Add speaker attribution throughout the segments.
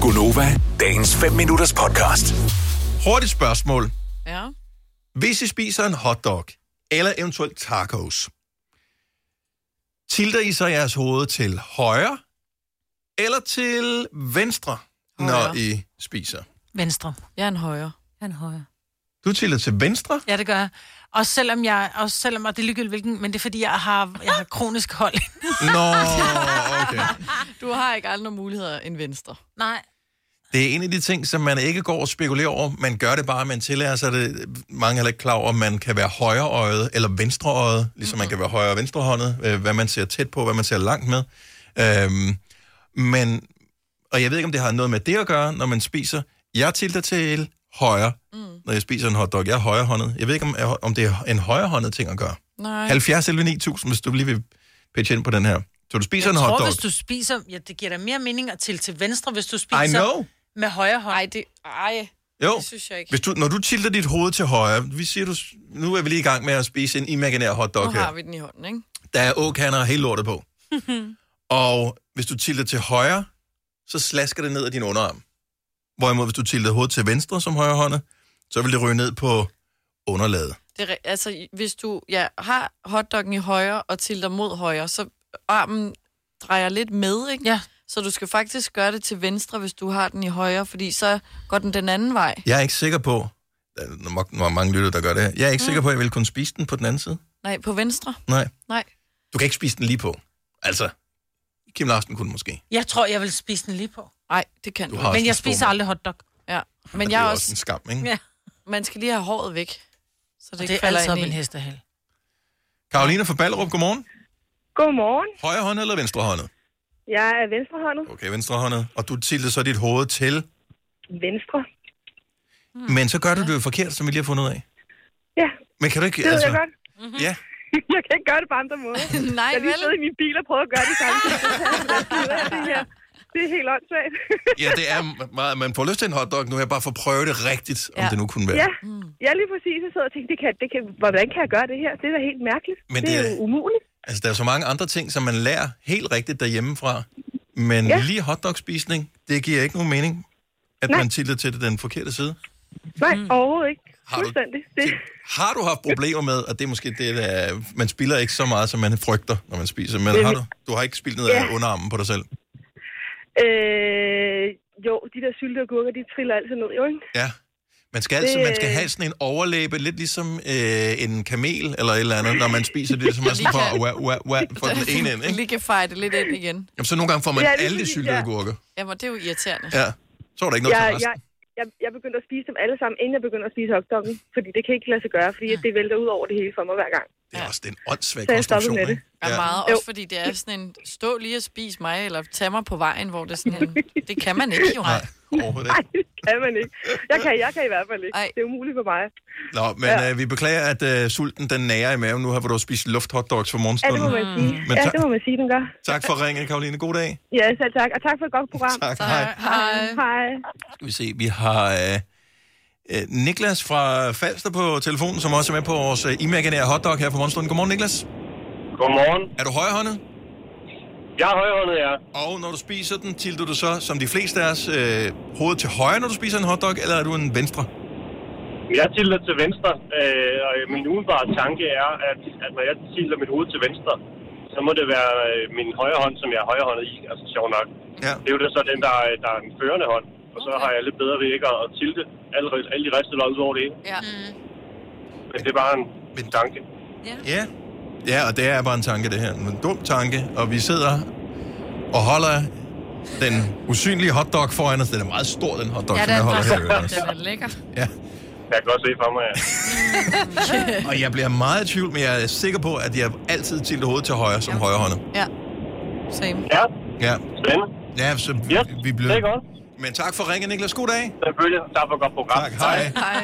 Speaker 1: Gunova, dagens 5 minutters podcast.
Speaker 2: Hurtigt spørgsmål.
Speaker 3: Ja.
Speaker 2: Hvis I spiser en hotdog, eller eventuelt tacos, tilter I så jeres hoved til højre, eller til venstre, højre. når
Speaker 3: Højre.
Speaker 2: I spiser?
Speaker 4: Venstre.
Speaker 3: Jeg er en højre.
Speaker 4: Han højre.
Speaker 2: Du tilter til venstre?
Speaker 4: Ja, det gør jeg. Også selvom jeg, også selvom, og det er ligegyldigt hvilken, men det er fordi, jeg har, jeg har kronisk hold.
Speaker 2: Nå, okay.
Speaker 3: Du har ikke andre muligheder end venstre.
Speaker 4: Nej.
Speaker 2: Det er en af de ting, som man ikke går og spekulerer over. Man gør det bare, man tillærer sig det. Mange er heller ikke klar over, om man kan være højreøjet eller venstreøjet, ligesom man kan være højre- og venstrehåndet, øh, hvad man ser tæt på, hvad man ser langt med. Øhm, men, og jeg ved ikke, om det har noget med det at gøre, når man spiser. Jeg tilter til højre, mm. når jeg spiser en hotdog. Jeg er højrehåndet. Jeg ved ikke, om, om det er en højrehåndet ting at gøre.
Speaker 3: Nej.
Speaker 2: 70 11 9000, hvis du lige vil pitche ind på den her. Så du spiser
Speaker 4: Jeg
Speaker 2: en
Speaker 4: tror,
Speaker 2: hotdog.
Speaker 4: hvis du spiser... Ja, det giver dig mere mening at til til venstre, hvis du
Speaker 2: I
Speaker 4: spiser
Speaker 2: know.
Speaker 4: med højre hånd.
Speaker 3: Ej, det... Ej.
Speaker 2: Jo.
Speaker 3: Det synes jeg ikke.
Speaker 2: Hvis du, når du tilter dit hoved til højre, vi siger, du, s- nu er vi lige i gang med at spise en imaginær hotdog
Speaker 3: Nu har
Speaker 2: her.
Speaker 3: vi den i hånden, ikke?
Speaker 2: Der er åkander og hele lortet på. og hvis du tilter til højre, så slasker det ned ad din underarm. Hvorimod hvis du tilter hovedet til venstre som højre hånd, så vil det ryge ned på underlaget.
Speaker 3: Det er, ri- altså, hvis du ja, har hotdoggen i højre og tilter mod højre, så armen drejer lidt med, ikke?
Speaker 4: Ja.
Speaker 3: Så du skal faktisk gøre det til venstre, hvis du har den i højre, fordi så går den den anden vej.
Speaker 2: Jeg er ikke sikker på, der er nok- nok mange lytter, der gør det her. Jeg er ikke mm. sikker på, at jeg vil kunne spise den på den anden side.
Speaker 3: Nej, på venstre.
Speaker 2: Nej.
Speaker 3: Nej.
Speaker 2: Du kan ikke spise den lige på. Altså, Kim Larsen kunne måske.
Speaker 4: Jeg tror, jeg vil spise den lige på.
Speaker 3: Nej, det kan du.
Speaker 2: Du
Speaker 3: du.
Speaker 2: har også
Speaker 4: Men
Speaker 2: en
Speaker 4: jeg
Speaker 2: stor
Speaker 4: spiser
Speaker 2: mund.
Speaker 4: aldrig hotdog.
Speaker 3: Ja. Men
Speaker 2: Det er
Speaker 3: jeg
Speaker 2: jo
Speaker 3: er
Speaker 2: også en
Speaker 3: også...
Speaker 2: skam, ikke?
Speaker 4: Ja.
Speaker 3: Man skal lige have håret væk, så det, altså
Speaker 4: Det,
Speaker 3: ikke
Speaker 4: det er
Speaker 3: falder
Speaker 4: altid op
Speaker 3: ind
Speaker 4: en
Speaker 3: i.
Speaker 4: hestehal.
Speaker 2: Karolina fra Ballerup, godmorgen.
Speaker 5: Godmorgen.
Speaker 2: Højre hånd eller venstre hånd?
Speaker 5: Jeg er venstrehåndet.
Speaker 2: Okay, venstre hånd. Og du tilter så dit hoved til.
Speaker 5: Venstre.
Speaker 2: Mm. Men så gør du det jo forkert, som vi lige har fundet ud af.
Speaker 5: Ja,
Speaker 2: Men kan du ikke... altså,
Speaker 5: det ved jeg godt.
Speaker 2: Ja,
Speaker 5: Jeg kan ikke gøre det på andre måder.
Speaker 3: Nej,
Speaker 5: Jeg har lige
Speaker 3: vel?
Speaker 5: siddet i min bil og prøvet at gøre det samme. så jeg fandt ud af, at Det, her, det er helt åndssvagt.
Speaker 2: ja, det er meget... Man får lyst til en hotdog nu, jeg bare for at prøve det rigtigt, om
Speaker 3: Ja.
Speaker 2: det nu kunne være.
Speaker 5: ja, jeg lige præcis. Jeg sidder og tænkte, det kan, det kan, hvordan kan jeg gøre det her? Det er da helt mærkeligt.
Speaker 2: Men
Speaker 5: Men det, det er
Speaker 2: det
Speaker 5: jo
Speaker 2: er-
Speaker 5: umuligt.
Speaker 2: Altså, der er så mange andre ting, som man lærer helt rigtigt derhjemmefra. Men ja.
Speaker 5: Ja.
Speaker 2: lige hotdogspisning, det giver ikke nogen mening, at Nej.
Speaker 5: Nej.
Speaker 2: man tilter til det den forkerte side.
Speaker 5: Nej, overhovedet ikke.
Speaker 2: Mm. Har du-
Speaker 5: Fuldstændig. Det,
Speaker 2: Har du haft problemer med, at det er måske det, der er, man spiller ikke så meget, som man frygter, når man spiser, men
Speaker 5: Det-
Speaker 2: har du, du har ikke spildt ned af
Speaker 5: Ja.
Speaker 2: underarmen på dig selv?
Speaker 5: øh, jo, de der syltede agurker, de triller altid ned, jo ikke?
Speaker 2: Ja. Man skal, altid,
Speaker 5: Det-
Speaker 2: man skal have sådan en overlæbe, lidt ligesom øh, en kamel eller et eller andet, når man spiser det, som er sådan for, wa, wa, wa, for den ene ende. Ikke?
Speaker 3: Lige kan feje det lidt ind igen.
Speaker 2: Jamen, så nogle gange får man
Speaker 5: Ja,
Speaker 2: ja,
Speaker 5: lige
Speaker 2: alle de
Speaker 5: præcis,
Speaker 2: syltede
Speaker 5: ja.
Speaker 2: agurker.
Speaker 3: Jamen, det er jo irriterende.
Speaker 2: Ja. Så er der ikke noget
Speaker 5: Jeg,
Speaker 2: til resten.
Speaker 5: jeg, jeg, jeg begyndte at spise dem alle sammen, inden jeg begyndte at spise hotdoggen. Fordi det kan ikke lade sig gøre, fordi at det vælter ud over det hele for mig hver gang.
Speaker 2: Det er også den åndssvage
Speaker 5: Så jeg stoppede
Speaker 2: konstruktion,
Speaker 5: med
Speaker 2: ikke?
Speaker 5: det.
Speaker 3: Ja.
Speaker 2: Ja.
Speaker 3: meget.
Speaker 5: Jo.
Speaker 3: Også fordi det er sådan en, stå lige og spis mig, eller tag mig på vejen, hvor det er sådan en, det kan man ikke jo.
Speaker 2: Nej, overhovedet
Speaker 5: Nej,
Speaker 2: ikke.
Speaker 5: det kan man ikke. Jeg kan, jeg kan i hvert fald ikke.
Speaker 3: Ej.
Speaker 5: Ej. Det er umuligt for mig.
Speaker 2: Nå, men
Speaker 5: Ja.
Speaker 2: øh, vi beklager, at øh, sulten den nærer i maven nu her, hvor du har spist lufthotdogs for
Speaker 5: Ja, det
Speaker 2: morgenstunden.
Speaker 5: må man sige.
Speaker 2: Men
Speaker 5: Ja,
Speaker 2: tak-
Speaker 5: det må man sige, den gør.
Speaker 2: Tak for ringen, Karoline. God dag.
Speaker 5: Ja, selv tak. Og tak for et godt program.
Speaker 2: Tak. Hej.
Speaker 3: Hej.
Speaker 5: Hej.
Speaker 2: Skal vi se, vi har øh, øh, Niklas fra Falster på telefonen, som også er med på vores øh, imaginære hotdog her for morgenstunden. Godmorgen, Niklas.
Speaker 6: Godmorgen.
Speaker 2: Er du højrehåndet?
Speaker 6: Jeg er højhåndet, ja.
Speaker 2: Og når du spiser den, tilter du så, som de fleste af os, øh, hovedet til højre, når du spiser en hotdog, eller er du en venstre?
Speaker 6: Jeg tilter til venstre, øh, og min umiddelbare tanke er, at, at når jeg tilter mit hoved til venstre, så må det være øh, min højre hånd, som jeg er højrehåndet i, altså sjov nok.
Speaker 2: Ja.
Speaker 6: Det er jo det så den, der, er- der er min førende hånd, og så har jeg lidt bedre ved ikke at at tilte alle, alle de ristede lod ud over det hele.
Speaker 3: Ja.
Speaker 6: Men det er bare en
Speaker 2: Men-
Speaker 6: tanke.
Speaker 2: Ja. Ja, og det er bare en tanke, det her. En dum tanke, og vi sidder og holder den usynlige hotdog foran os. Den er meget stor, den hotdog,
Speaker 3: Ja,
Speaker 2: som
Speaker 3: den
Speaker 2: jeg
Speaker 3: er
Speaker 2: holder her.
Speaker 3: meget
Speaker 2: foran os.
Speaker 3: Den er lækker.
Speaker 2: Ja.
Speaker 6: Jeg kan godt se for mig, ja.
Speaker 2: Og jeg bliver meget i tvivl, men jeg er sikker på, at jeg altid tilter hovedet til højre som højrehåndet.
Speaker 3: Ja. Same.
Speaker 6: Ja,
Speaker 2: Ja,
Speaker 6: spændende.
Speaker 2: ja så vi,
Speaker 6: Ja,
Speaker 2: vi
Speaker 6: det
Speaker 2: bliver...
Speaker 6: er godt.
Speaker 2: Men tak for ringen, Niklas. God dag.
Speaker 6: Selvfølgelig. Tak for et godt program.
Speaker 2: Tak, hej.
Speaker 3: Hej.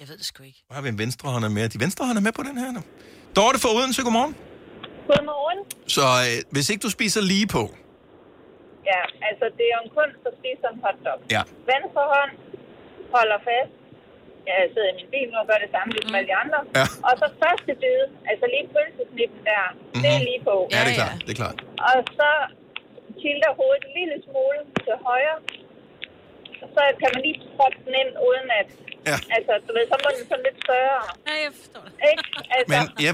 Speaker 4: Jeg ved det sgu ikke.
Speaker 2: Nu har vi en venstrehånd med. De venstrehånd er med på den her nu. Dorte fra Odense, godmorgen.
Speaker 7: Godmorgen.
Speaker 2: Så øh, hvis ikke du spiser lige på...
Speaker 7: Ja, altså det er jo en kunst at spise en hotdog.
Speaker 2: Ja.
Speaker 7: Venstre hånd holder fast. Ja, jeg sidder i min bil nu og gør det samme ligesom
Speaker 3: Mm.
Speaker 7: alle de andre.
Speaker 2: Ja.
Speaker 7: Og så første bid,
Speaker 2: Mhm.
Speaker 7: altså lige pølsesnippen der, mm-hmm. det er lige på.
Speaker 2: Ja, det er
Speaker 3: Ja, ja.
Speaker 2: klart. Det er klart.
Speaker 7: Og så tilter hovedet en lille smule til højre, og så kan man lige proppe den ind, uden at...
Speaker 2: Ja.
Speaker 7: Altså, du ved, så må den sådan lidt større,
Speaker 4: Ja, jeg forstår det.
Speaker 7: ikke? Altså,
Speaker 2: Men, ja,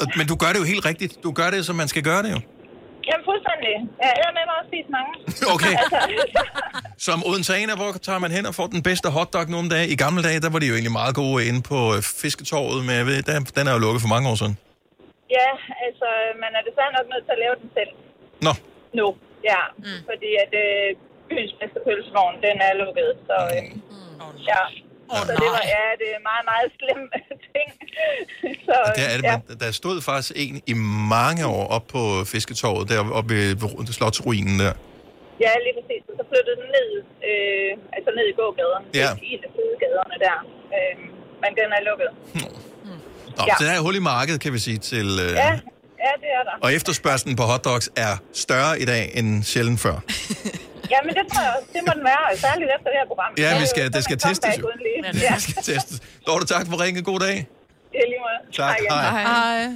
Speaker 2: og- men du gør det jo helt rigtigt. Du gør det, som man skal gøre det jo.
Speaker 7: Jamen, fuldstændig. Jeg er med mig også spist mange.
Speaker 2: Okay. Som Odenseaner, hvor tager man hen og får den bedste hotdog nogle dage? I gamle dage, der var de jo egentlig meget gode inde på øh, fisketorvet, men jeg ved, der, den er jo lukket for mange år siden.
Speaker 7: Ja, altså, man er desværre nok nødt til at lave den selv
Speaker 2: Nå,
Speaker 7: nu. Ja, mm. fordi at øh, byens bedste pølsevogn, den er lukket. Så,
Speaker 2: Mm.
Speaker 7: øh, ja.
Speaker 4: Åh,
Speaker 7: så det var ja, det er meget, meget slem ting. så,
Speaker 2: der, er det,
Speaker 7: ja.
Speaker 2: man, der stod faktisk en i mange år op på fisketorvet, der oppe ved ved slotsruinen der.
Speaker 7: ja, lige præcis. Og så flyttede den ned, øh, altså ned i gågaden.
Speaker 2: Ja.
Speaker 7: I en af sidegaderne der. Øh, men den er lukket.
Speaker 2: Nå, ja.
Speaker 7: Ja.
Speaker 2: så der er hul i markedet, kan vi sige, til... Øh,
Speaker 7: Ja, ja det er der.
Speaker 2: Og efterspørgselen på hotdogs er større i dag end sjældent før.
Speaker 7: Ja, men det tror jeg også. Det må den være, og særligt efter det her program.
Speaker 2: Ja,
Speaker 7: Det er
Speaker 2: vi
Speaker 7: jo
Speaker 2: skal- det
Speaker 7: sådan
Speaker 2: skal
Speaker 7: et comeback
Speaker 2: testes jo.
Speaker 7: uden lige.
Speaker 2: Ja.
Speaker 7: Ja,
Speaker 2: Det skal testes. Dorte, tak for ringen. God dag.
Speaker 7: det er lige meget.
Speaker 2: Tak,
Speaker 7: Hej igen.
Speaker 2: hej.
Speaker 3: Ej.
Speaker 4: Ej,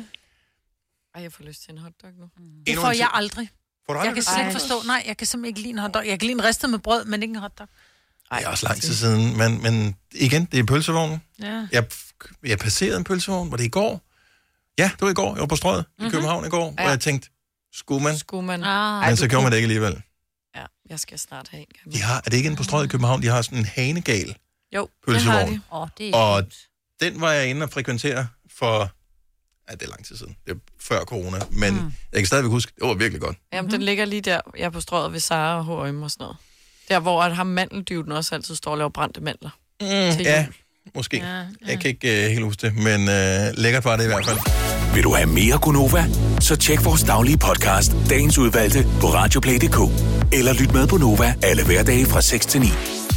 Speaker 3: Ej, jeg får lyst til en hotdog nu.
Speaker 4: det
Speaker 2: Endnu
Speaker 4: får
Speaker 2: en
Speaker 4: jeg
Speaker 2: tid.
Speaker 4: aldrig.
Speaker 2: Får du
Speaker 4: Jeg kan
Speaker 2: aldrig?
Speaker 4: slet ikke
Speaker 3: Ej.
Speaker 4: forstå. Nej, jeg kan simpelthen ikke lide en hotdog. Jeg kan lide en ristet med brød, men ikke en hotdog.
Speaker 3: Ej,
Speaker 2: Det er også lang tid siden, men, men igen, det er pølsevognen.
Speaker 4: Ja.
Speaker 2: Jeg, jeg passerede en pølsevogn, var det i går? Ja, det var i går. Jeg var på strøget mm-hmm. i København i går, ja. og
Speaker 3: Ja.
Speaker 2: jeg tænkte, skulle man?
Speaker 3: Skulle man...
Speaker 4: Ah.
Speaker 2: Men så gjorde man det ikke alligevel.
Speaker 3: Ja, jeg skal snart have en gang.
Speaker 2: De har, er det ikke en på strøget i København? De har sådan en hanegal.
Speaker 3: Jo, det har
Speaker 2: pølsevogn.
Speaker 3: de.
Speaker 8: Åh, det er
Speaker 2: Og-
Speaker 8: dumt.
Speaker 2: Den var jeg inde og frekventere for... Ja, det er lang tid siden. Det er før corona. Men mm. jeg kan stadigvæk huske, det var virkelig godt.
Speaker 3: Jamen, den ligger lige der, jeg er på strøget ved Sara og H&M og sådan noget. Der, hvor at ham mandeldyven også altid står og laver brændte mandler.
Speaker 2: Mm,
Speaker 3: Til
Speaker 2: ja,
Speaker 3: jul.
Speaker 2: måske. Ja, ja. Jeg kan ikke uh, helt huske det, men uh, lækkert var det i hvert fald.
Speaker 1: Vil du have mere Gunova? Så tjek vores daglige podcast, dagens udvalgte, på radioplay.dk. Eller lyt med på Nova alle hverdage fra 6 til 9.